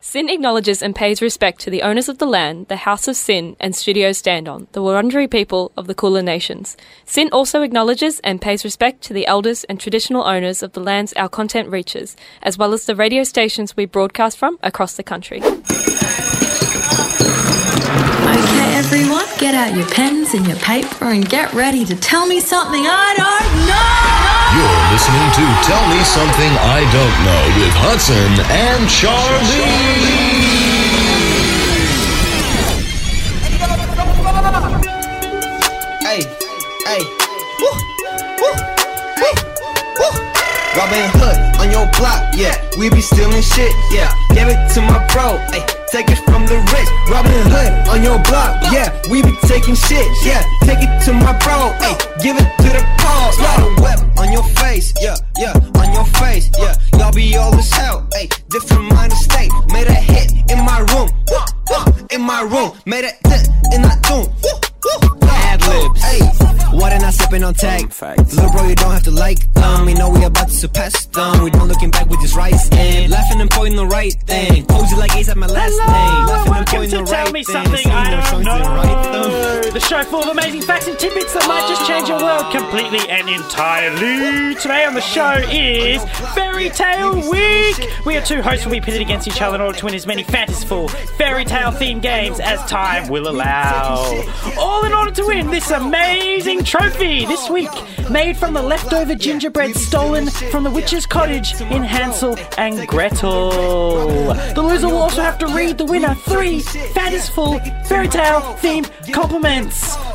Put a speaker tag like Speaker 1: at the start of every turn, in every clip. Speaker 1: Sin acknowledges and pays respect to the owners of the land, the House of Sin and studios stand on, the Wurundjeri people of the Kulin Nations. Sin also acknowledges and pays respect to the elders and traditional owners of the lands our content reaches, as well as the radio stations we broadcast from across the country.
Speaker 2: Okay, everyone, get out your pens and your paper and get ready to tell me something I don't know.
Speaker 3: You're listening to Tell Me Something I Don't Know with Hudson and Charlie.
Speaker 4: Hey, hey, woo, woo, woo, woo. Robin Hood on your block, yeah. We be stealing shit, yeah. Give it to my bro, hey. Take it from the rich. Robin Hood on your block, yeah. We be taking shit, yeah. Take it to my bro, hey. Give it to the paw, yeah. The whip on your face, yeah, yeah. On your face, yeah. Y'all be all as hell, hey. Different mind of state. Made a hit in my room, woo, woo, in my room. Made a hit in that room, woo, woo. Ad libs. Hey, why they not sipping on tag? Little bro, you don't have to like them. We know we about to surpass them. We don't looking back with this right stand. Laughing and pointing the right thing. Pose you like Ace at my last name. Laughing and
Speaker 5: Welcome
Speaker 4: pointing
Speaker 5: to
Speaker 4: the
Speaker 5: Tell
Speaker 4: right
Speaker 5: Me
Speaker 4: thing.
Speaker 5: Something
Speaker 4: Singing them
Speaker 5: I Don't
Speaker 4: songs that right
Speaker 5: Know, the show full of amazing facts and tidbits that might just change your world completely and entirely. Today on the show is Fairy Tale Week. We are two hosts who will be pitted against each other in order to win as many fantasyful fairy tale themed games as time will allow. All in order to win this amazing trophy this week, made from the leftover gingerbread stolen from the witch's cottage in Hansel and Gretel. The loser will also have to read the winner three fantasyful fairy tale themed compliments.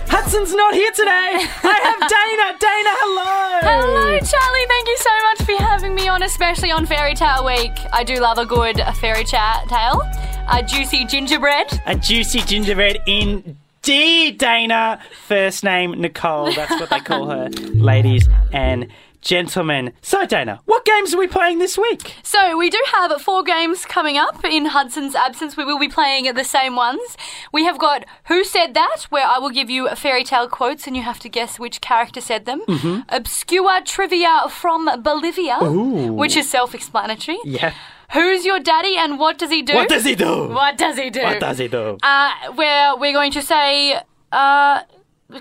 Speaker 5: Hudson's not here today. I have Dana. Dana, hello.
Speaker 6: Hello, Charlie. Thank you so much for having me on, especially on Fairy Tale Week. I do love a good fairy chat tale. A juicy gingerbread.
Speaker 5: A juicy gingerbread indeed, Dana. First name Nicole. That's what they call her, ladies and gentlemen. So, Dana, what games are we playing this week?
Speaker 6: So, we do have four games coming up in Hudson's absence. We will be playing the same ones. We have got Who Said That, where I will give you fairy tale quotes and you have to guess which character said them.
Speaker 5: Mm-hmm.
Speaker 6: Obscure Trivia from Bolivia, which is self explanatory.
Speaker 5: Yeah.
Speaker 6: Who's your daddy and what does he do?
Speaker 5: What does he do?
Speaker 6: What does he do?
Speaker 5: What does he do?
Speaker 6: uh, where we're going to say uh,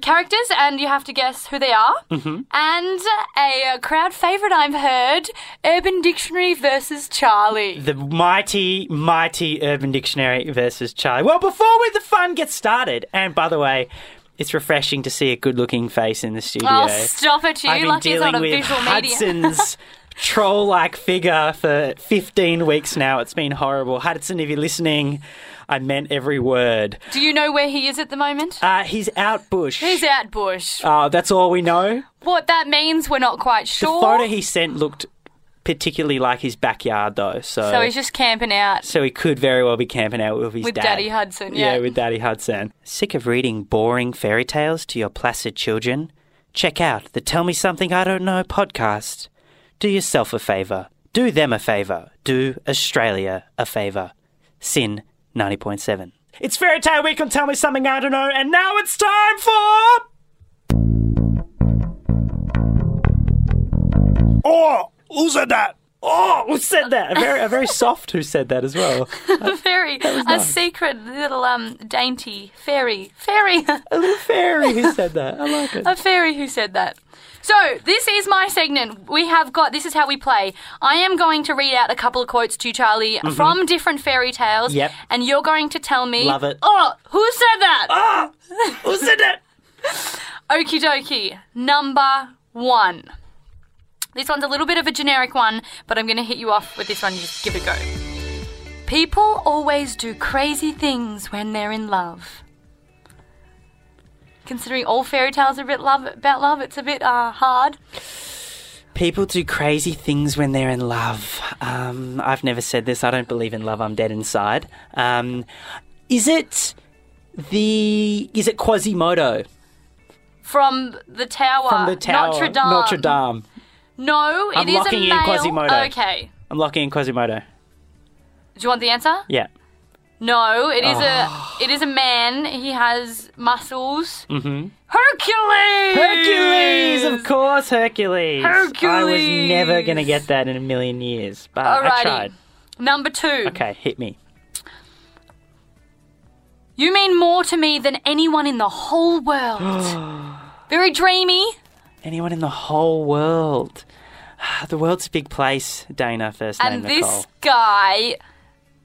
Speaker 6: characters and you have to guess who they are. Mm-hmm. And a crowd favourite I've heard Urban Dictionary versus Charlie.
Speaker 5: the mighty, mighty Urban Dictionary versus Charlie. Well, before we, the fun gets started, and by the way, it's refreshing to see a good-looking face in the studio.
Speaker 6: Oh, stop it, you.
Speaker 5: I've been
Speaker 6: Lucky it's
Speaker 5: dealing
Speaker 6: not a
Speaker 5: with
Speaker 6: visual media.
Speaker 5: Hudson's troll-like figure for 15 weeks now. It's been horrible. Hudson, if you're listening, I meant every word.
Speaker 6: Do you know where he is at the moment?
Speaker 5: Uh, he's out bush.
Speaker 6: He's out bush.
Speaker 5: Uh, that's all we know.
Speaker 6: What that means, we're not quite
Speaker 5: The
Speaker 6: sure.
Speaker 5: photo he sent looked particularly like his backyard, though. So,
Speaker 6: so he's just camping out.
Speaker 5: so he could very well be camping out with his
Speaker 6: With
Speaker 5: dad.
Speaker 6: Daddy Hudson,
Speaker 5: Yeah,
Speaker 6: yeah.
Speaker 5: with Daddy Hudson. Sick of reading boring fairy tales to your placid children? Check out the Tell Me Something I Don't Know podcast. Do yourself a favour. Do them a favour. Do Australia a favour. Sin 90.7. It's Fairy Tale Week on Tell Me Something I Don't Know, and now it's time for. Oh, who said that? Oh, who said that? A very, a very soft who said that as well.
Speaker 6: Fairy, a secret little um dainty fairy, fairy.
Speaker 5: A little fairy who said that. I like it.
Speaker 6: A fairy who said that. So, this is my segment. We have got this is how we play. I am going to read out a couple of quotes to you, Charlie, from different fairy tales.
Speaker 5: Mm-hmm. Yep.
Speaker 6: And you're going to tell me.
Speaker 5: Love it. Ah!
Speaker 6: Oh, who said that?
Speaker 5: Who said that?
Speaker 6: Okie dokie. Number one. This one's a little bit of a generic one, but I'm going to hit you off with this one. You just give it a go. People always do crazy things when they're in love. Considering all fairy tales are a bit love, about love, it's a bit uh, hard.
Speaker 5: People do crazy things when they're in love. Um, I've never said this. I don't believe in love. I'm dead inside. Um, is it the? Is it Quasimodo
Speaker 6: From the tower.
Speaker 5: from the tower?
Speaker 6: Uh, Notre Dame.
Speaker 5: Notre Dame.
Speaker 6: No,
Speaker 5: I'm
Speaker 6: it is
Speaker 5: locking
Speaker 6: a
Speaker 5: in
Speaker 6: male.
Speaker 5: Quasimodo.
Speaker 6: Okay.
Speaker 5: I'm locking in Quasimodo.
Speaker 6: Do you want the answer?
Speaker 5: Yeah.
Speaker 6: No, it is a it is a man. He has muscles. Mm-hmm. Hercules.
Speaker 5: Hercules, of course, Hercules. I was
Speaker 6: Hercules.
Speaker 5: never gonna get that in a million years, but I
Speaker 6: Alrighty.
Speaker 5: tried.
Speaker 6: Number two.
Speaker 5: Okay, hit me.
Speaker 6: You mean more to me than anyone in the whole world. Very dreamy.
Speaker 5: Anyone in the whole world. The world's a big place, Dana, first name
Speaker 6: and
Speaker 5: Nicole.
Speaker 6: this guy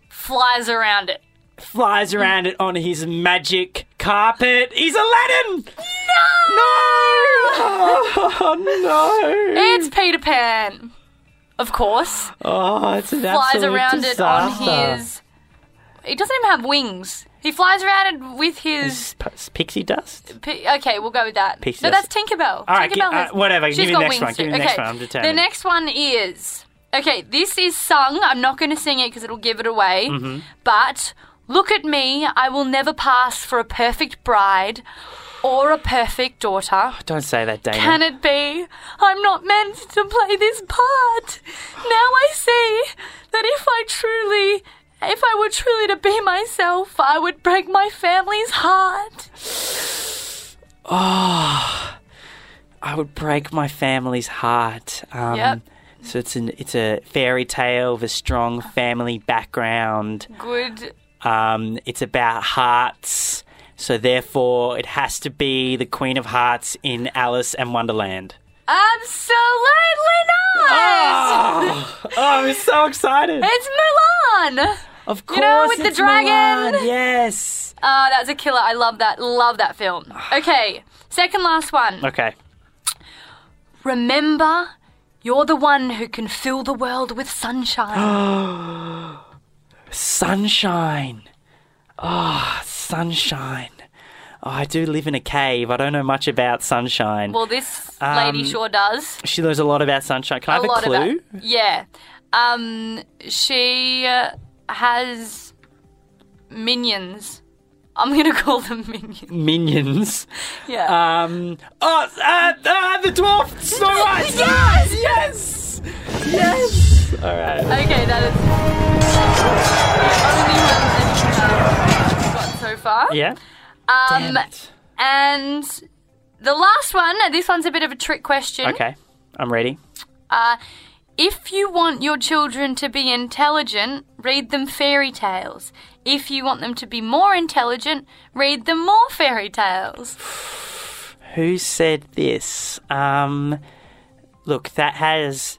Speaker 6: flies around it.
Speaker 5: Flies around it on his magic carpet. He's Aladdin! No! Oh, no!
Speaker 6: It's Peter Pan. Of course.
Speaker 5: Oh, it's an
Speaker 6: flies
Speaker 5: absolute
Speaker 6: around
Speaker 5: disaster.
Speaker 6: it on his. He doesn't even have wings. He flies around it with his.
Speaker 5: P- pixie dust?
Speaker 6: P- okay, we'll go with that.
Speaker 5: Pixie
Speaker 6: no, that's
Speaker 5: dust.
Speaker 6: Tinkerbell.
Speaker 5: right,
Speaker 6: Tinkerbell
Speaker 5: gi- uh,
Speaker 6: has,
Speaker 5: whatever, give
Speaker 6: she's
Speaker 5: me
Speaker 6: got
Speaker 5: the next
Speaker 6: wings
Speaker 5: one, give
Speaker 6: too.
Speaker 5: me the next
Speaker 6: okay.
Speaker 5: one, I'm determined.
Speaker 6: The next one is. Okay, this is sung. I'm not going to sing it because it'll give it away.
Speaker 5: Mm-hmm.
Speaker 6: But look at me. I will never pass for a perfect bride or a perfect daughter.
Speaker 5: Don't say that, Dana.
Speaker 6: Can it be? I'm not meant to play this part. Now I see that if I truly, if I were truly to be myself, I would break my family's heart.
Speaker 5: I would break my family's heart. Um,
Speaker 6: Yep.
Speaker 5: So it's an it's a fairy tale of a strong family background.
Speaker 6: Good.
Speaker 5: Um, it's about hearts, so therefore it has to be the Queen of Hearts in Alice and Wonderland.
Speaker 6: Absolutely not!
Speaker 5: Oh, oh, I'm so excited!
Speaker 6: It's Mulan!
Speaker 5: Of course,
Speaker 6: you know, with the
Speaker 5: it's
Speaker 6: dragon.
Speaker 5: Mulan, Yes.
Speaker 6: Ah, that's a killer. I love that. Love that film. Okay, second last one.
Speaker 5: Okay.
Speaker 6: Remember, you're the one who can fill the world with sunshine.
Speaker 5: Sunshine. Oh, sunshine. Oh, I do live in a cave. I don't know much about sunshine.
Speaker 6: well, this lady
Speaker 5: Um,
Speaker 6: sure does.
Speaker 5: She knows a lot about sunshine. Can I have a clue?
Speaker 6: about- yeah. Um, she uh, has minions. I'm gonna call them minions.
Speaker 5: Minions.
Speaker 6: Yeah.
Speaker 5: Um. Oh, uh, uh, the dwarf Snow White.
Speaker 6: Yes!
Speaker 5: Yes. Yes. All right.
Speaker 6: okay, that is. the only one that, uh, got So far,
Speaker 5: Yeah.
Speaker 6: um,
Speaker 5: Damn it.
Speaker 6: and the last one. uh, This one's a bit of a trick question.
Speaker 5: Okay. I'm ready.
Speaker 6: Uh, if you want your children to be intelligent, read them fairy tales. If you want them to be more intelligent, read them more fairy tales.
Speaker 5: Who said this? Um. Look, that has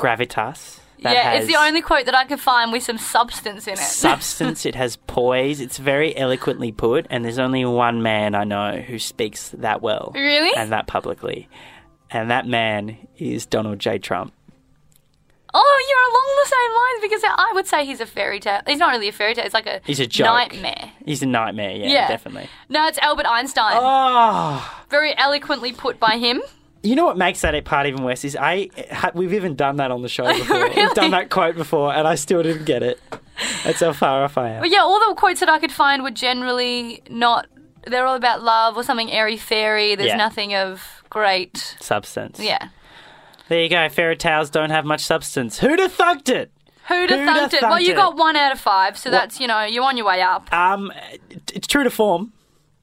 Speaker 5: gravitas. That
Speaker 6: yeah,
Speaker 5: has
Speaker 6: it's the only quote that I could find with some substance in it.
Speaker 5: substance. it has poise. It's very eloquently put, and there's only one man I know who speaks that well.
Speaker 6: Really?
Speaker 5: And that publicly. And that man is Donald J. Trump.
Speaker 6: oh, you're along the same lines because I would say he's a fairy tale. He's not really a fairy tale. It's like a
Speaker 5: He's a joke.
Speaker 6: nightmare.
Speaker 5: He's a nightmare, yeah,
Speaker 6: Yeah.
Speaker 5: definitely.
Speaker 6: No, it's Albert Einstein.
Speaker 5: Oh,
Speaker 6: Very eloquently put by him.
Speaker 5: you know what makes that part even worse is I ha- we've even done that on the show before. We've
Speaker 6: Really?
Speaker 5: done that quote before, and I still didn't get it. That's how far off I am.
Speaker 6: But yeah, all the quotes that I could find were generally not. They're all about love or something airy fairy. There's
Speaker 5: Yeah.
Speaker 6: nothing of great.
Speaker 5: Substance.
Speaker 6: Yeah.
Speaker 5: There you go. Fairy tales don't have much substance. Who'd have thunked it?
Speaker 6: Who'd
Speaker 5: Who'da
Speaker 6: have thunked it? Well,
Speaker 5: thunked
Speaker 6: you
Speaker 5: it?
Speaker 6: got one out of five, so that's, you know, you're on your way up.
Speaker 5: Um, it- it's true to form.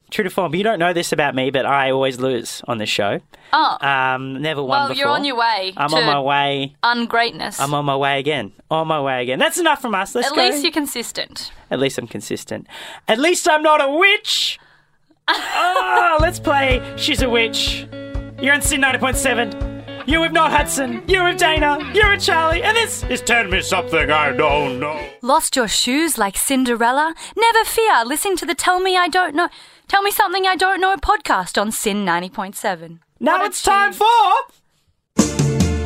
Speaker 5: True to form. You don't know this about me, but I always lose on this show.
Speaker 6: Oh,
Speaker 5: Um, never won
Speaker 6: well,
Speaker 5: before.
Speaker 6: you're on your way
Speaker 5: I'm
Speaker 6: to
Speaker 5: on my way.
Speaker 6: ungreatness.
Speaker 5: I'm on my way again. On my way again. That's enough from us. Let's
Speaker 6: At
Speaker 5: go.
Speaker 6: least you're consistent.
Speaker 5: At least I'm consistent. At least I'm not a witch. oh, let's play She's a Witch. You're on Sin 90.7. You're with Not Hudson. You're with Dana. You're with Charlie. And this is Tell Me Something I Don't Know.
Speaker 6: Lost your shoes like Cinderella? Never fear. Listen to the Tell Me I Don't Know. Tell me something I don't know podcast on Sin 90.7.
Speaker 5: Now
Speaker 6: What a
Speaker 5: it's time
Speaker 6: tune.
Speaker 5: for.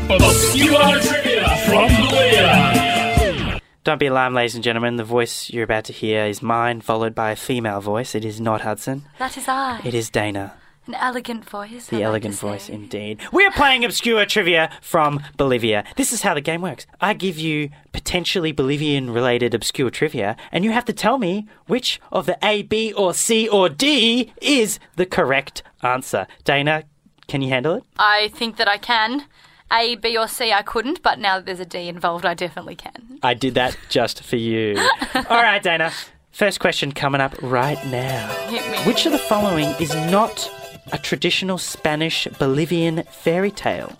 Speaker 7: Obscure trivia from the leader.
Speaker 5: Don't be alarmed, ladies and gentlemen. The voice you're about to hear is mine, followed by a female voice. It is not Hudson.
Speaker 6: That is I.
Speaker 5: It is Dana.
Speaker 6: An elegant voice. I
Speaker 5: The
Speaker 6: like
Speaker 5: elegant
Speaker 6: to say.
Speaker 5: voice, indeed. We're playing obscure trivia from Bolivia. This is how the game works. I give you potentially Bolivian related obscure trivia, and you have to tell me which of the A, B, or C, or D is the correct answer. Dana, can you handle it?
Speaker 6: I think that I can. A, B, or C, I couldn't, but now that there's a D involved, I definitely can.
Speaker 5: I did that just for you. All right, Dana. First question coming up right now.
Speaker 6: Hit me.
Speaker 5: Which of the following is not a traditional Spanish Bolivian fairy tale?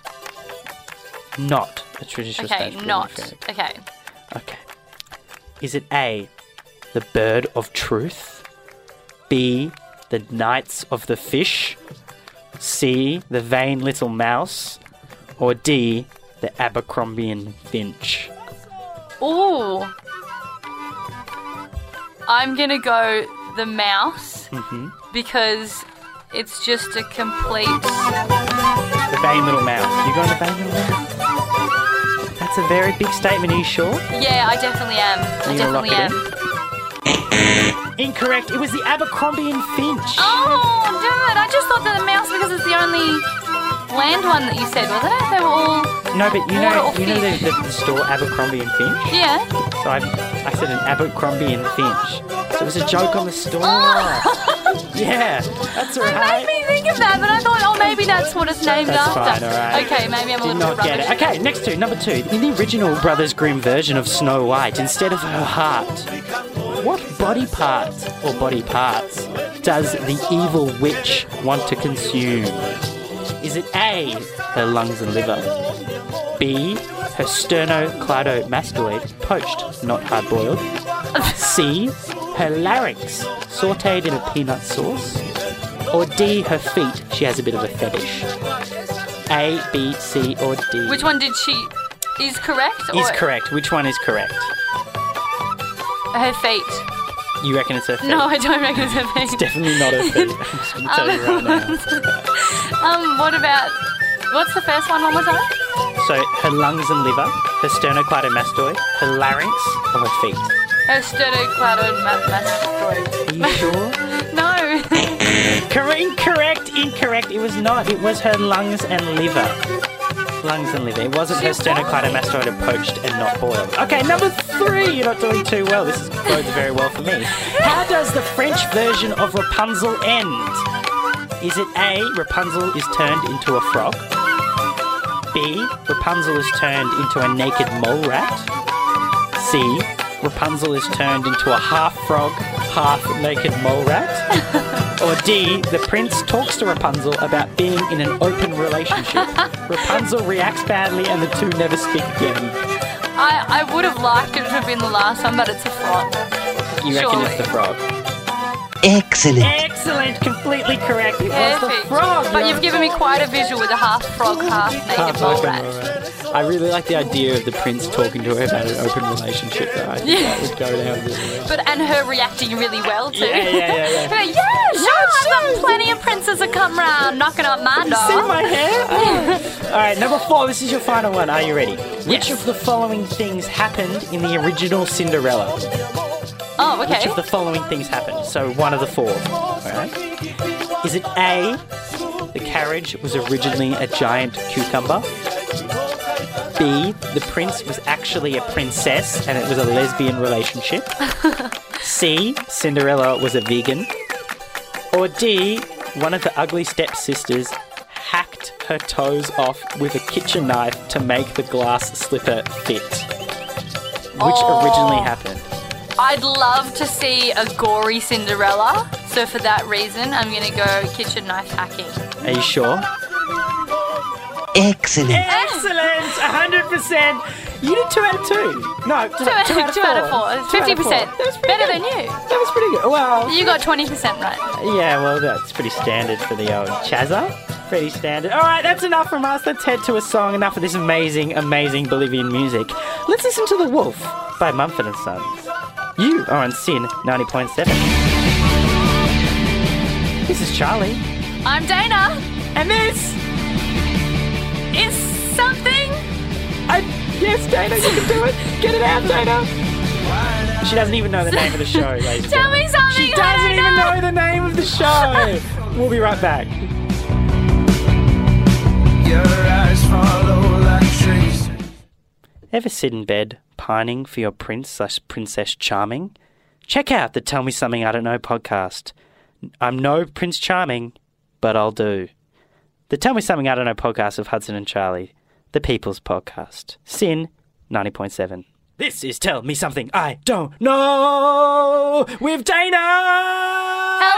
Speaker 5: Not a traditional
Speaker 6: Okay,
Speaker 5: Spanish Bolivian
Speaker 6: not.
Speaker 5: fairy tale.
Speaker 6: Okay.
Speaker 5: Okay. Is it A, the bird of truth? B. The Knights of the Fish. C. The Vain Little Mouse. Or D. The Abercrombie and Finch.
Speaker 6: Ooh. I'm gonna go the mouse
Speaker 5: Mm-hmm.
Speaker 6: because it's just a complete.
Speaker 5: The Vain Little Mouse. You going the Vain Little Mouse? That's a very big statement, are you sure?
Speaker 6: Yeah, I definitely am. I
Speaker 5: You gonna lock
Speaker 6: definitely
Speaker 5: it
Speaker 6: am.
Speaker 5: Incorrect. It was the Abercrombie and Finch.
Speaker 6: Oh, damn it! I just thought that the mouse because it's the only land one that you said, wasn't it? They were all.
Speaker 5: No, but you
Speaker 6: Water
Speaker 5: know,
Speaker 6: or
Speaker 5: you know
Speaker 6: fish?
Speaker 5: the, the store Abercrombie and Finch.
Speaker 6: Yeah.
Speaker 5: So I, I said an Abercrombie and Finch. So it was a joke on the store. yeah, that's
Speaker 6: Oh. Made
Speaker 5: right.
Speaker 6: me think of that, but I thought, oh, maybe that's what it's named
Speaker 5: That's
Speaker 6: after.
Speaker 5: fine, alright.
Speaker 6: Okay, maybe I'm a
Speaker 5: Did
Speaker 6: little
Speaker 5: not
Speaker 6: bit
Speaker 5: get
Speaker 6: rubbish.
Speaker 5: it. Okay, next two. Number two. In the original Brothers Grimm version of Snow White, instead of her heart, what body part or body parts does the evil witch want to consume? Is it A, her lungs and liver? B, her sternocleidomastoid, poached, not hard boiled? C, her larynx, sauteed in a peanut sauce? Or D, her feet, she has a bit of a fetish? A, B, C, or D?
Speaker 6: Which one did she? Is correct? Or
Speaker 5: is correct? Which one is correct?
Speaker 6: Her feet.
Speaker 5: You reckon it's her feet?
Speaker 6: No, I don't reckon it's her feet.
Speaker 5: Definitely not her feet. I'm just going to tell you right now.
Speaker 6: Um, what about what's the first one? One more time.
Speaker 5: So her lungs and liver, her sternocleidomastoid, her larynx, or her feet.
Speaker 6: Her sternocleidomastoid.
Speaker 5: Are you sure?
Speaker 6: No,
Speaker 5: Cor- incorrect, incorrect. It was not. It was her lungs and liver. Lungs and liver. It wasn't her sternocleidomastoid are poached and not boiled. Okay, number three. You're not doing too well. This is bodes very well for me. How does the French version of Rapunzel end? Is it A, Rapunzel is turned into a frog? B, Rapunzel is turned into a naked mole rat? C, Rapunzel is turned into a half frog, half naked mole rat? Or D, the prince talks to Rapunzel about being in an open relationship. Rapunzel reacts badly and the two never speak again.
Speaker 6: I, I would have liked it to have been the last one, but it's a flop.
Speaker 5: You reckon it's the frog?
Speaker 8: Excellent.
Speaker 5: Excellent, completely correct. It was the
Speaker 6: Perfect.
Speaker 5: frog.
Speaker 6: But you've given me quite a visual with a half frog, half naked mole rat.
Speaker 5: I really like the idea of the prince talking to her about an open relationship, though. I think that would go down really well.
Speaker 6: But and her reacting really well too.
Speaker 5: Yeah, yeah, yeah, yeah.
Speaker 6: yeah, yeah, sure, sure. Plenty of princes have come round knocking on my
Speaker 5: See
Speaker 6: door.
Speaker 5: my hair? All right, number four. This is your final one. Are you ready? Which of the following things happened in the original Cinderella?
Speaker 6: Oh, okay.
Speaker 5: Which of the following things happened? So one of the four. Alright. Is it A, the carriage was originally a giant cucumber? B, the prince was actually a princess and it was a lesbian relationship? C, Cinderella was a vegan? Or D, one of the ugly stepsisters hacked her toes off with a kitchen knife to make the glass slipper fit? Which originally happened?
Speaker 6: I'd love to see a gory Cinderella. So for that reason, I'm gonna go kitchen knife hacking.
Speaker 5: Are you sure?
Speaker 8: Excellent.
Speaker 5: Excellent! 100%! You did 2 out of 2. No, two,
Speaker 6: Two,
Speaker 5: two out of 4.
Speaker 6: out of four. It's
Speaker 5: Two out
Speaker 6: Fifty
Speaker 5: of four.
Speaker 6: percent.
Speaker 5: That was pretty
Speaker 6: Better
Speaker 5: good.
Speaker 6: than you.
Speaker 5: That was pretty good. Well,
Speaker 6: You got twenty percent right.
Speaker 5: yeah, well, that's pretty standard for the old Chazza. Pretty standard. All right, that's enough from us. Let's head to a song. Enough of this amazing, amazing Bolivian music. Let's listen to The Wolf by Mumford & Sons. You are on Sin 90.7. This is Charlie.
Speaker 6: I'm Dana.
Speaker 5: And this...
Speaker 6: It's something.
Speaker 5: I, yes, Dana, you can do it. Get it out, Dana. She doesn't even know the name of the show, ladies. and
Speaker 6: Tell me
Speaker 5: gentlemen.
Speaker 6: something.
Speaker 5: She
Speaker 6: I
Speaker 5: doesn't
Speaker 6: don't
Speaker 5: even
Speaker 6: know.
Speaker 5: know the name of the show. We'll be right back.
Speaker 4: Your eyes follow like trees.
Speaker 5: Ever sit in bed pining for your prince slash princess charming? Check out the Tell Me Something I Don't Know podcast. I'm no Prince Charming, but I'll do. The Tell Me Something I Don't Know podcast of Hudson and Charlie, the People's Podcast. Sin 90.7. This is Tell Me Something I Don't Know with Dana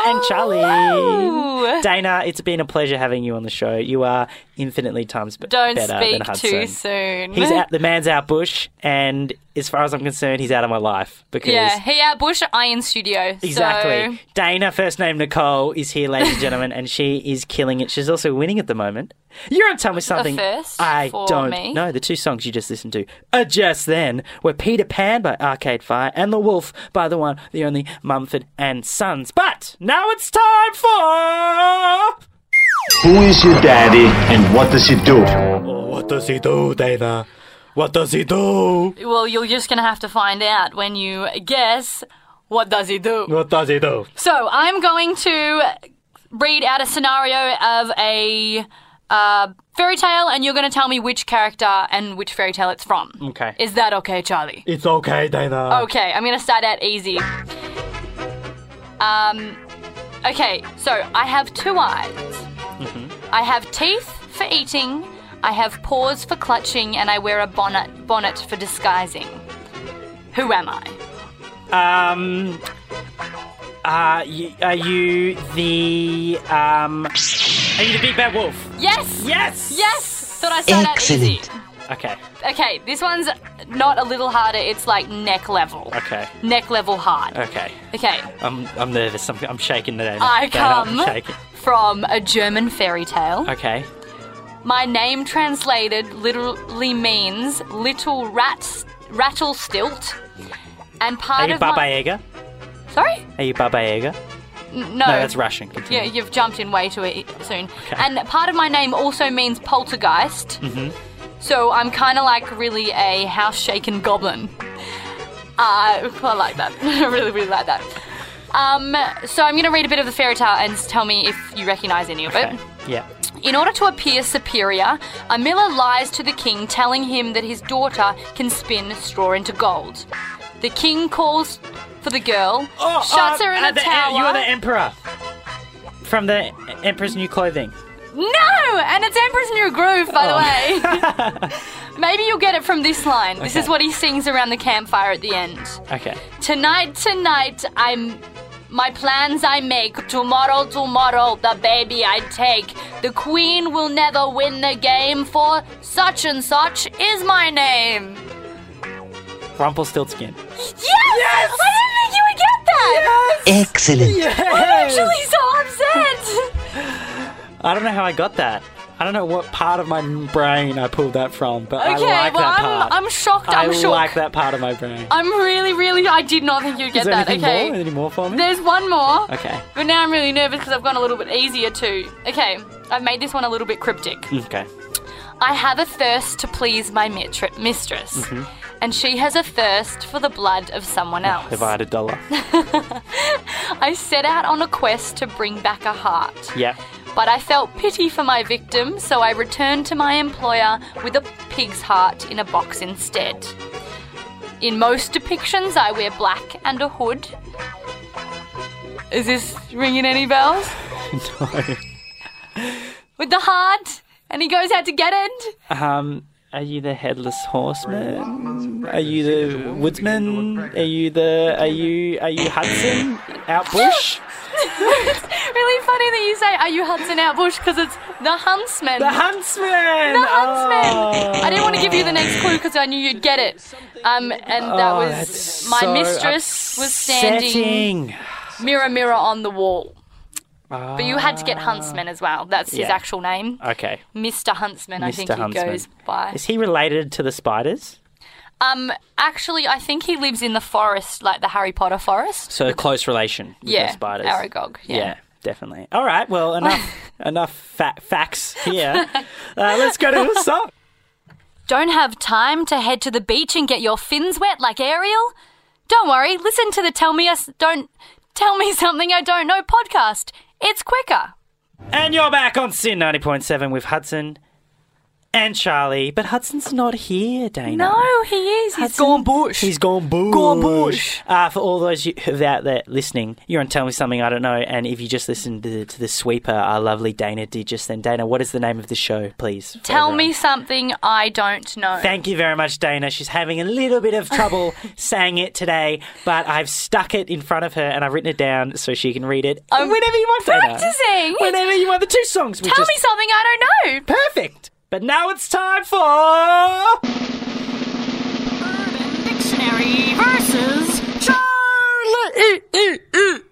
Speaker 5: and Charlie. Dana, it's been a pleasure having you on the show. You are infinitely times b-
Speaker 6: Don't
Speaker 5: better than
Speaker 6: speak
Speaker 5: Hudson.
Speaker 6: too soon.
Speaker 5: He's out. The man's out bush, and as far as I'm concerned, he's out of my life because
Speaker 6: Yeah, he at Bush I in studio.
Speaker 5: Exactly.
Speaker 6: So
Speaker 5: Dana, first name Nicole, is here, ladies and gentlemen, and she is killing it. She's also winning at the moment. You're on time with something
Speaker 6: first
Speaker 5: I
Speaker 6: for
Speaker 5: don't
Speaker 6: me.
Speaker 5: know. The two songs you just listened to are just then were Peter Pan by Arcade Fire and The Wolf by the one, the only Mumford and Sons. But now it's time for.
Speaker 9: Who is your daddy and what does he do?
Speaker 5: Oh, What does he do, Dana? What does he do?
Speaker 6: well, you're just gonna have to find out when you guess what does he do.
Speaker 5: What does he do?
Speaker 6: So I'm going to read out a scenario of a uh, fairy tale, and you're going to tell me which character and which fairy tale it's from.
Speaker 5: Okay.
Speaker 6: Is Oh, that okay, Charlie?
Speaker 5: It's okay, Dana.
Speaker 6: Okay, I'm going to start out easy. Um, okay, so I have two eyes.
Speaker 5: Mm-hmm.
Speaker 6: I have teeth for eating. I have paws for clutching, and I wear a bonnet bonnet for disguising. Who am I?
Speaker 5: Um, are you, are you the um? Are you the big bad wolf?
Speaker 6: Yes.
Speaker 5: Yes.
Speaker 6: Yes. Thought I started out easy.
Speaker 8: Excellent.
Speaker 5: Okay.
Speaker 6: Okay, this one's not a little harder. It's like neck level.
Speaker 5: Okay.
Speaker 6: Neck level hard.
Speaker 5: Okay.
Speaker 6: Okay.
Speaker 5: I'm I'm nervous. I'm, I'm shaking today.
Speaker 6: I
Speaker 5: Dana, I'm
Speaker 6: come
Speaker 5: shaking.
Speaker 6: from a German fairy tale.
Speaker 5: Okay.
Speaker 6: My name translated literally means little rat rattle stilt. And
Speaker 5: Are
Speaker 6: part
Speaker 5: you
Speaker 6: of
Speaker 5: Baba
Speaker 6: my
Speaker 5: Yaga?
Speaker 6: Sorry?
Speaker 5: Are you Baba Yaga?
Speaker 6: N-
Speaker 5: No, that's Russian.
Speaker 6: Yeah,
Speaker 5: Continue.
Speaker 6: you've jumped in way too e- soon. And part of my name also means poltergeist. Mm-hmm. So I'm kind of like really a house shaken goblin. Uh, I like that. I really, really like that. Um, so I'm going to read a bit of the fairy tale and s- tell me if you recognize any of
Speaker 5: Okay.
Speaker 6: it.
Speaker 5: Yeah.
Speaker 6: In order to appear superior, a miller lies to the king, telling him that his daughter can spin straw into gold. The king calls for the girl, shuts her Oh, in
Speaker 5: uh,
Speaker 6: a
Speaker 5: the,
Speaker 6: tower.
Speaker 5: You are the emperor. From the Emperor's New Clothing.
Speaker 6: No, and it's Emperor's New Groove, by the way. Maybe you'll get it from this line. This is
Speaker 5: Oh. Okay.
Speaker 6: what he sings around the campfire at the end.
Speaker 5: Okay.
Speaker 6: Tonight, tonight, I'm. My plans I make. Tomorrow, tomorrow, the baby I take. The queen will never win the game, for such and such is my name.
Speaker 5: Rumpelstiltskin.
Speaker 6: Yes! I didn't think you would get that!
Speaker 8: Excellent.
Speaker 6: I'm actually so upset!
Speaker 5: I don't know how I got that. I don't know what part of my brain I pulled that from, but I
Speaker 6: Okay,
Speaker 5: like
Speaker 6: well,
Speaker 5: that
Speaker 6: I'm,
Speaker 5: part.
Speaker 6: I'm shocked.
Speaker 5: I
Speaker 6: I'm shocked.
Speaker 5: like that part of my brain.
Speaker 6: I'm really, really. I did not think you'd get
Speaker 5: Is there
Speaker 6: that.
Speaker 5: anything
Speaker 6: Okay.
Speaker 5: more? Any more for me?
Speaker 6: There's one more.
Speaker 5: Okay.
Speaker 6: But now I'm really nervous because I've gone a little bit easier too. Okay. I've made this one a little bit cryptic.
Speaker 5: Okay.
Speaker 6: I have a thirst to please my mitr- mistress, and she has a thirst for the blood of someone else.
Speaker 5: If I had a dollar.
Speaker 6: I set out on a quest to bring back a heart,
Speaker 5: yeah.
Speaker 6: but I felt pity for my victim, so I returned to my employer with a pig's heart in a box instead. In most depictions, I wear black and a hood. Is this ringing any bells?
Speaker 5: No.
Speaker 6: with the heart, and he goes out to get it.
Speaker 5: Um, are you the headless horseman? Are you the woodsman? Are you the are you are you Hudson out bush?
Speaker 6: really funny that you say, "Are you Hudson out bush?" Because it's the huntsman.
Speaker 5: The huntsman.
Speaker 6: The huntsman.
Speaker 5: Oh.
Speaker 6: I didn't want to give you the next clue because I knew you'd get it. Um, and that
Speaker 5: Oh,
Speaker 6: was
Speaker 5: that's
Speaker 6: my
Speaker 5: so
Speaker 6: mistress was standing
Speaker 5: upsetting.
Speaker 6: mirror, mirror on the wall. But you had to get Huntsman as well. That's his
Speaker 5: Ah. Yeah.
Speaker 6: actual name,
Speaker 5: Okay.
Speaker 6: Mr. Huntsman. I think
Speaker 5: Mr.
Speaker 6: he
Speaker 5: Huntsman.
Speaker 6: goes by.
Speaker 5: Is he related to the spiders?
Speaker 6: Um, actually, I think he lives in the forest, like the Harry Potter forest.
Speaker 5: So a close relation with
Speaker 6: yeah,
Speaker 5: the spiders.
Speaker 6: Aragog.
Speaker 5: Yeah. definitely. All right, well, enough enough fa- facts here. Uh, let's go to the song.
Speaker 6: Don't have time to head to the beach and get your fins wet like Ariel? Don't worry, listen to the Tell Me Us Don't Tell Me Something I Don't Know podcast. It's quicker.
Speaker 5: And you're back on Sin 90.7 with Hudson and Charlie. But Hudson's not here, Dana.
Speaker 6: No, he is. He's
Speaker 5: Hudson-
Speaker 6: gone bush.
Speaker 5: He's gone bush.
Speaker 6: Gone bush.
Speaker 5: Uh, for all those you- who- out there listening, you're on Tell Me Something I Don't Know. And if you just listened to the, to the sweeper, our lovely Dana did just then. Dana, what is the name of the show, please? for
Speaker 6: Tell me
Speaker 5: everyone?
Speaker 6: something I don't know.
Speaker 5: Thank you very much, Dana. She's having a little bit of trouble saying it today, but I've stuck it in front of her and I've written it down so she can read it
Speaker 6: I'm
Speaker 5: whenever you want,
Speaker 6: practicing.
Speaker 5: Dana. Whenever you want. The two songs we
Speaker 6: Tell
Speaker 5: just
Speaker 6: me something I don't know.
Speaker 5: Perfect. But now it's time for.
Speaker 10: versus Charlie.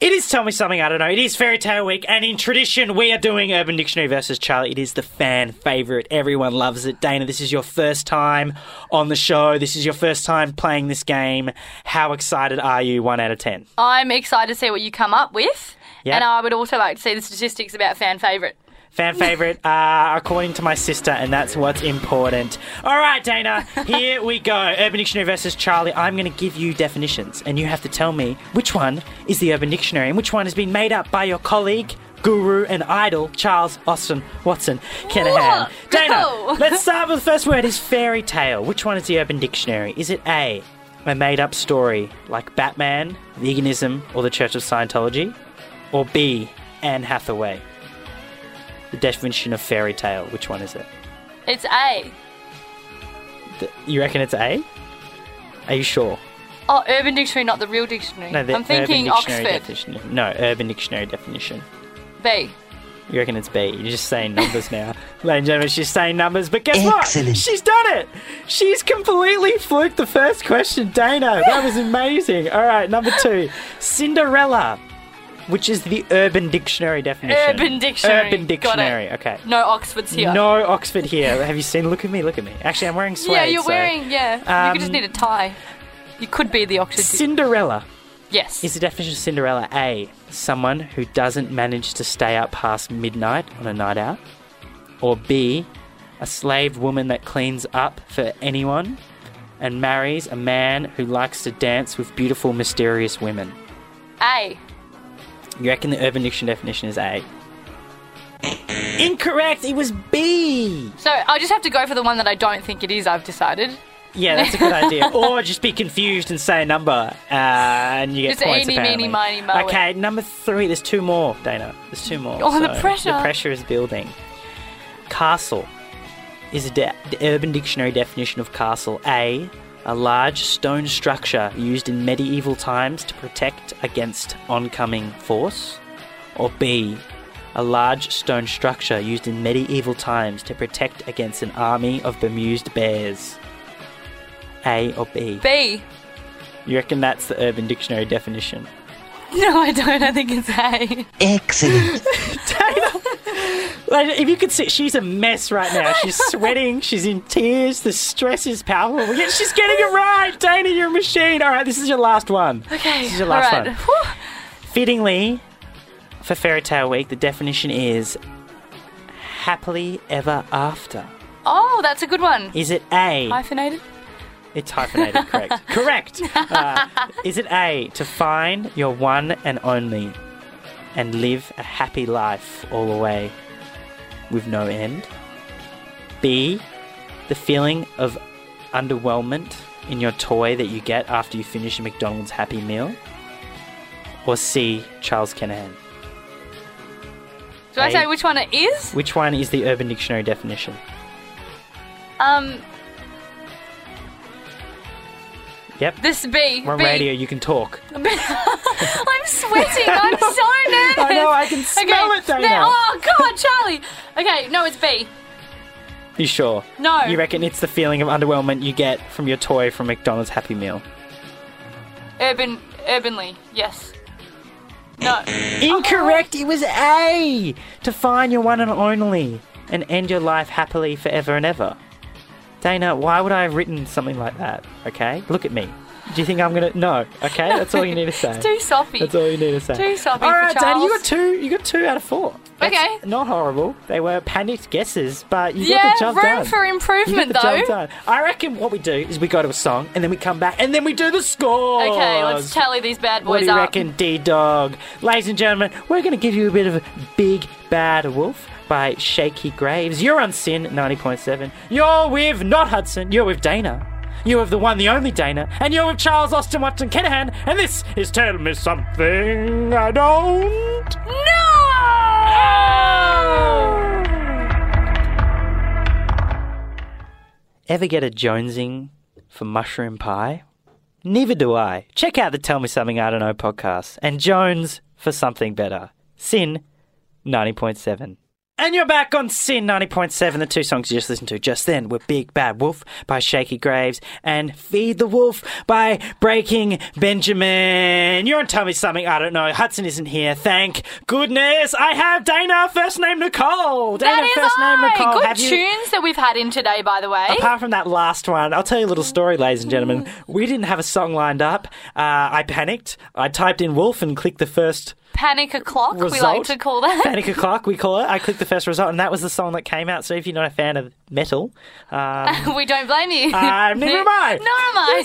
Speaker 5: It is Tell Me Something I Don't Know. It is Fairy Tale Week, and in tradition, we are doing Urban Dictionary versus Charlie. It is the fan favourite. Everyone loves it. Dana, this is your first time on the show. This is your first time playing this game. How excited are you? One out of ten.
Speaker 6: I'm excited to see what you come up with.
Speaker 5: Yeah.
Speaker 6: And I would also like to see the statistics about fan favourite.
Speaker 5: Fan favourite, uh, according to my sister, and that's what's important. All right, Dana, here we go. Urban Dictionary versus Charlie. I'm going to give you definitions, and you have to tell me which one is the Urban Dictionary and which one has been made up by your colleague, guru, and idol, Charles Austin Watson Kenahan.
Speaker 6: Whoa,
Speaker 5: Dana,
Speaker 6: no.
Speaker 5: let's start with the first word is fairy tale. Which one is the Urban Dictionary? Is it A, a made up story like Batman, veganism, or the Church of Scientology? Or B, Anne Hathaway? The definition of fairy tale, which one is it?
Speaker 6: It's A.
Speaker 5: Th- You reckon it's A? Are you sure?
Speaker 6: Oh, Urban Dictionary, not the real dictionary.
Speaker 5: the
Speaker 6: I'm thinking
Speaker 5: Urban Dictionary
Speaker 6: Oxford.
Speaker 5: Definition. No, Urban Dictionary definition.
Speaker 6: B.
Speaker 5: You reckon it's B? You're just saying numbers now. Ladies and gentlemen, she's saying numbers, but guess what?
Speaker 8: Excellent.
Speaker 5: She's done it! She's completely fluked the first question, Dana. That was amazing. All right, number two Cinderella, which is the Urban Dictionary definition.
Speaker 6: Urban Dictionary.
Speaker 5: Urban
Speaker 6: Got it.
Speaker 5: Dictionary, okay.
Speaker 6: No Oxford's here.
Speaker 5: No Oxford here. Have you seen? Look at me, look at me. Actually, I'm wearing suede.
Speaker 6: yeah, you're
Speaker 5: so-
Speaker 6: wearing, yeah. you could just
Speaker 5: Um,
Speaker 6: need a tie. You could be the Oxford. Dic-
Speaker 5: Cinderella.
Speaker 6: yes.
Speaker 5: Is the definition of Cinderella A, someone who doesn't manage to stay up past midnight on a night out? Or B, a slave woman that cleans up for anyone and marries a man who likes to dance with beautiful, mysterious women?
Speaker 6: A.
Speaker 5: You reckon the Urban Dictionary definition is A? Incorrect! It was B!
Speaker 6: So I just have to go for the one that I don't think it is, I've decided.
Speaker 5: Yeah, that's a good idea. Or just be confused and say a number, uh, and you get
Speaker 6: Just
Speaker 5: points.
Speaker 6: eeny,
Speaker 5: apparently.
Speaker 6: meeny, miny, moe.
Speaker 5: Okay, number three. There's two more, Dana. There's two more.
Speaker 6: Oh, the
Speaker 5: so
Speaker 6: pressure.
Speaker 5: The pressure is building. Castle is a de- the Urban Dictionary definition of castle. A, a large stone structure used in medieval times to protect against oncoming force. Or B, a large stone structure used in medieval times to protect against an army of bemused bears. A or B?
Speaker 6: B.
Speaker 5: You reckon that's the Urban Dictionary definition?
Speaker 6: No, I don't. I think it's A.
Speaker 8: Excellent.
Speaker 5: Like, if you could see, she's a mess right now. She's sweating. She's in tears. The stress is powerful. Yet she's getting it right. Dana, you're a machine. All right, this is your last one.
Speaker 6: Okay.
Speaker 5: This is your last
Speaker 6: All right.
Speaker 5: one.
Speaker 6: Whew.
Speaker 5: Fittingly, for Fairy Tale Week, the definition is happily ever after.
Speaker 6: Oh, that's a good one.
Speaker 5: Is it A?
Speaker 6: Hyphenated?
Speaker 5: It's hyphenated, correct. correct! Uh, is it A, to find your one and only and live a happy life all the way with no end? B, the feeling of underwhelmment in your toy that you get after you finish a McDonald's Happy Meal? Or C, Charles Kennahan?
Speaker 6: Do I
Speaker 5: A.
Speaker 6: say which one it is?
Speaker 5: Which one is the Urban Dictionary definition?
Speaker 6: Um,
Speaker 5: Yep.
Speaker 6: this B.
Speaker 5: We're on
Speaker 6: B.
Speaker 5: radio, you can talk.
Speaker 6: I'm sweating. I'm so nervous.
Speaker 5: I know, I can smell it, Dana.
Speaker 6: Now- oh, God, Charlie. Okay, no, it's B.
Speaker 5: You sure?
Speaker 6: No.
Speaker 5: You reckon it's the feeling of underwhelmment you get from your toy from McDonald's Happy Meal?
Speaker 6: Urban, urbanly, yes. No. Uh-huh.
Speaker 5: Incorrect! It was A! To find your one and only and end your life happily forever and ever. Dana, why would I have written something like that? Okay? Look at me. Do you think I'm gonna. No, okay? That's all you need to say.
Speaker 6: Too soppy.
Speaker 5: That's all you need to say.
Speaker 6: Too soppy
Speaker 5: All
Speaker 6: for
Speaker 5: right, Dana, you
Speaker 6: Charles.
Speaker 5: got two. You got two out of four. That's
Speaker 6: Okay.
Speaker 5: Not horrible. They were panicked guesses, but you
Speaker 6: yeah,
Speaker 5: got the job
Speaker 6: room
Speaker 5: done.
Speaker 6: for
Speaker 5: You
Speaker 6: improvement,
Speaker 5: get the
Speaker 6: though.
Speaker 5: job done. I reckon what we do is we go to a song and then we come back and then we do the score.
Speaker 6: Okay, let's tally these bad boys
Speaker 5: Oh, What do you
Speaker 6: up.
Speaker 5: reckon, D Dog? Ladies and gentlemen, we're going to give you a bit of Big Bad Wolf by Shaky Graves. You're on Sin 90.7. You're with not Hudson, you're with Dana. You're with the one, the only Dana. And you're with Charles Austin Watson Kenahan. And this is Tell Me Something I Don't. Ever get a jonesing for mushroom pie? Neither do I. Check out the Tell Me Something I Don't Know podcast and Jones for something better. Sin 90.7. And you're back on Sin 90.7. The two songs you just listened to just then were Big Bad Wolf by Shaky Graves and Feed the Wolf by Breaking Benjamin. You're on Tell Me Something I Don't Know. Hudson isn't here. Thank goodness. I have Dana, first name Nicole. Dana,
Speaker 6: That is
Speaker 5: first name
Speaker 6: I.
Speaker 5: Nicole.
Speaker 6: Good
Speaker 5: have you-
Speaker 6: tunes that we've had in today, by the way.
Speaker 5: Apart from that last one, I'll tell you a little story, ladies and gentlemen.
Speaker 6: Mm.
Speaker 5: We didn't have a song lined up. Uh, I panicked. I typed in wolf and clicked the first
Speaker 6: Panic o'clock,
Speaker 5: result.
Speaker 6: we like to call that.
Speaker 5: Panic o'clock, we call it. I clicked the first result, and that was the song that came out. So if you're not a fan of metal, um,
Speaker 6: we don't blame you.
Speaker 5: uh, neither am I.
Speaker 6: Nor am I.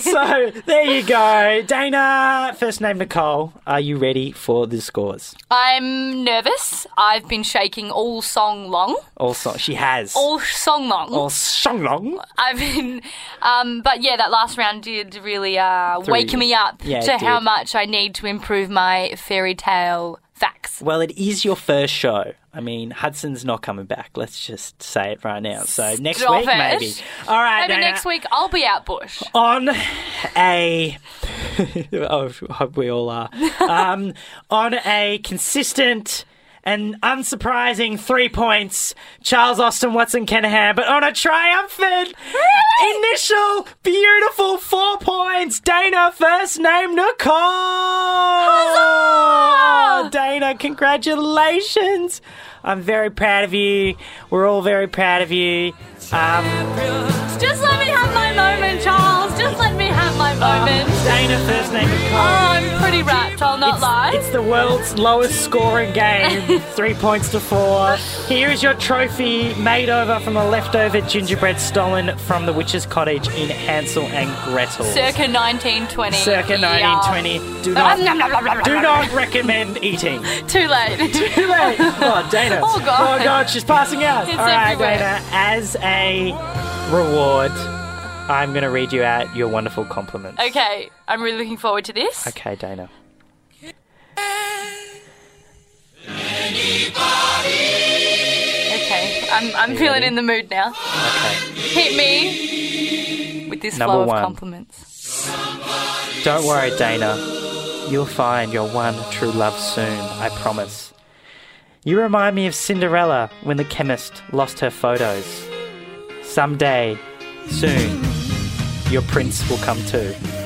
Speaker 5: So there you go, Dana. First name Nicole. Are you ready for the scores?
Speaker 6: I'm nervous. I've been shaking all song long.
Speaker 5: All song she has.
Speaker 6: All song long.
Speaker 5: all song long.
Speaker 6: I mean, um, but yeah, that last round did really uh,
Speaker 5: Threw
Speaker 6: wake
Speaker 5: you.
Speaker 6: me up
Speaker 5: Yeah, it
Speaker 6: to how
Speaker 5: did.
Speaker 6: much I need to improve my fairy tale facts.
Speaker 5: Well, it is your first show. I mean, Hudson's not coming back. Let's just say it right now. So next
Speaker 6: Stop
Speaker 5: week,
Speaker 6: it.
Speaker 5: maybe. All right,
Speaker 6: Maybe
Speaker 5: Dana.
Speaker 6: next week I'll be out bush.
Speaker 5: on a oh, I hope we all are um, on a consistent and unsurprising three points charles austin watson kennahan but on a triumphant initial beautiful four points dana first name nicole dana congratulations i'm very proud of you we're all very proud of you
Speaker 6: Just let me have my moment, Charles. Just let me have my moment.
Speaker 5: dana first name nicole
Speaker 6: I'm pretty wrapped, I'll not lie.
Speaker 5: Um, It's the world's lowest scoring game, three points to four. Here is your trophy made over from a leftover gingerbread stolen from the witch's cottage in Hansel and Gretel.
Speaker 6: Circa 1920.
Speaker 5: Circa
Speaker 6: Yeah.
Speaker 5: 1920. Do not,
Speaker 6: Nom, nom, nom, nom, nom,
Speaker 5: do
Speaker 6: nom.
Speaker 5: not recommend eating.
Speaker 6: Too late.
Speaker 5: Too late. Oh, Dana.
Speaker 6: Oh, God.
Speaker 5: Oh, God, she's passing out.
Speaker 6: It's
Speaker 5: All right,
Speaker 6: everywhere.
Speaker 5: Dana, as a reward, I'm going to read you out your wonderful compliments.
Speaker 6: okay, I'm really looking forward to this.
Speaker 5: Okay, Dana.
Speaker 6: Okay, I'm, I'm feeling
Speaker 5: ready?
Speaker 6: in the mood now.
Speaker 5: Okay.
Speaker 6: Hit me with this
Speaker 5: Number
Speaker 6: flow
Speaker 5: one.
Speaker 6: of compliments.
Speaker 5: Don't worry, Dana. You'll find your one true love soon, I promise. You remind me of Cinderella when the chemist lost her photos. Someday, soon, your prince will come too.
Speaker 6: I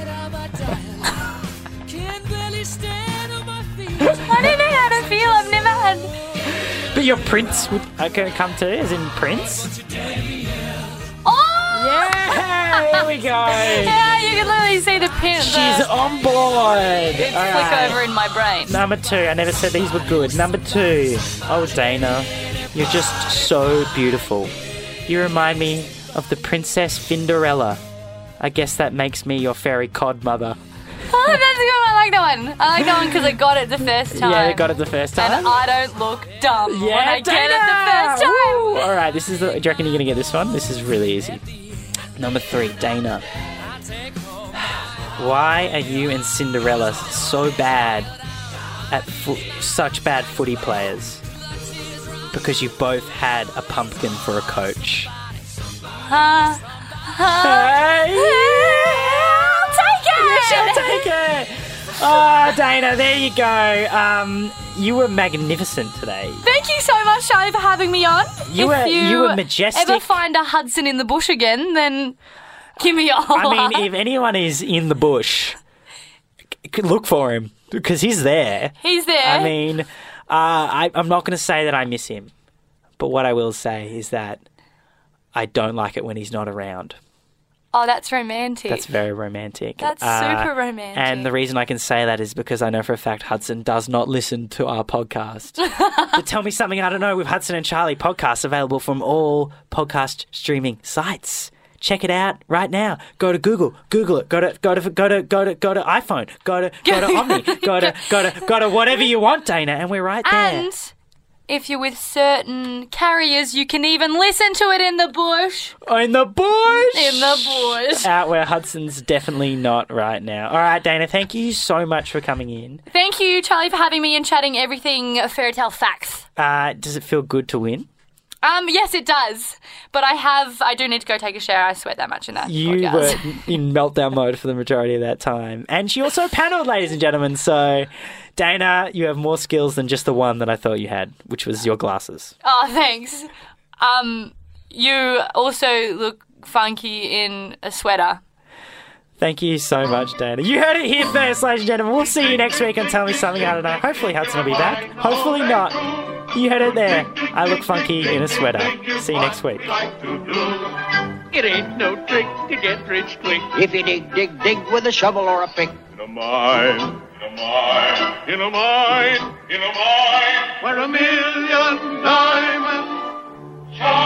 Speaker 6: don't know how to feel. I've never had.
Speaker 5: But your prince would okay, come too, as in prince?
Speaker 6: Oh!
Speaker 5: Yeah, here we go.
Speaker 6: Yeah, you can literally see the pin.
Speaker 5: She's
Speaker 6: the,
Speaker 5: on board.
Speaker 6: it's
Speaker 5: All
Speaker 6: flick
Speaker 5: right.
Speaker 6: over in my brain.
Speaker 5: Number two, I never said these were good. Number two, oh Dana, you're just so beautiful. You remind me of the Princess Cinderella. I guess that makes me your fairy godmother.
Speaker 6: Oh, that's a good one. I like that one. I like that one because I got it the first time.
Speaker 5: Yeah, you got it the first time.
Speaker 6: And I don't look dumb
Speaker 5: yeah,
Speaker 6: when I get it the
Speaker 5: Dana!
Speaker 6: first time.
Speaker 5: Woo! All right, this is. The, do you reckon you're gonna get this one? This is really easy. Number three, Dana. Why are you and Cinderella so bad at fo- such bad footy players? Because you both had a pumpkin for a coach.
Speaker 6: Huh? Huh?
Speaker 5: I'll
Speaker 6: take
Speaker 5: You should take
Speaker 6: it!
Speaker 5: it! Oh, Dana, there you go. Um, you were magnificent today.
Speaker 6: Thank you so much, Charlie, for having me on.
Speaker 5: You
Speaker 6: if
Speaker 5: were-
Speaker 6: you,
Speaker 5: you were majestic.
Speaker 6: Ever find a Hudson in the bush again, then give me a holler.
Speaker 5: I mean, if anyone is in the bush, c- c- look for him because he's there.
Speaker 6: he's there.
Speaker 5: I mean, uh, I, I'm not going to say that I miss him, but what I will say is that I don't like it when he's not around.
Speaker 6: oh, that's romantic.
Speaker 5: That's very romantic. Uh,
Speaker 6: That's super romantic.
Speaker 5: And the reason I can say that is because I know for a fact Hudson does not listen to our podcast. the Tell Me Something I Don't Know with Hudson and Charlie podcast available from all podcast streaming sites. Check it out right now. Go to Google, Google it. Go to go to go to go to go to iPhone. Go to go to Omni. Go to go to go to whatever you want, Dana. And we're right there.
Speaker 6: and if you're with certain carriers, you can even listen to it in the bush.
Speaker 5: in the bush.
Speaker 6: In the bush.
Speaker 5: Out where Hudson's definitely not right now. All right, Dana. Thank you so much for coming in.
Speaker 6: Thank you, Charlie, for having me and chatting everything fairy tale facts.
Speaker 5: Uh, does it feel good to win?
Speaker 6: Um, yes, it does. But I have, I do need to go take a shower. I sweat that much in that.
Speaker 5: You
Speaker 6: podcast.
Speaker 5: were in meltdown mode for the majority of that time. And she also panelled, ladies and gentlemen. So, Dana, you have more skills than just the one that I thought you had, which was your glasses.
Speaker 6: Oh, thanks. Um, you also look funky in a sweater.
Speaker 5: Thank you so much, Dana. You heard it here first, ladies and gentlemen. We'll see you next week on Tell Me Something I Don't Know. Hopefully, Hudson will be back. Hopefully, not. You heard it there. I look funky in a sweater. See you next week.
Speaker 10: It ain't no trick to get rich quick.
Speaker 8: If you dig, dig, dig with a shovel or a pick.
Speaker 7: In a mine, in a mine, in a mine, in a mine,
Speaker 10: Where a million diamonds shine.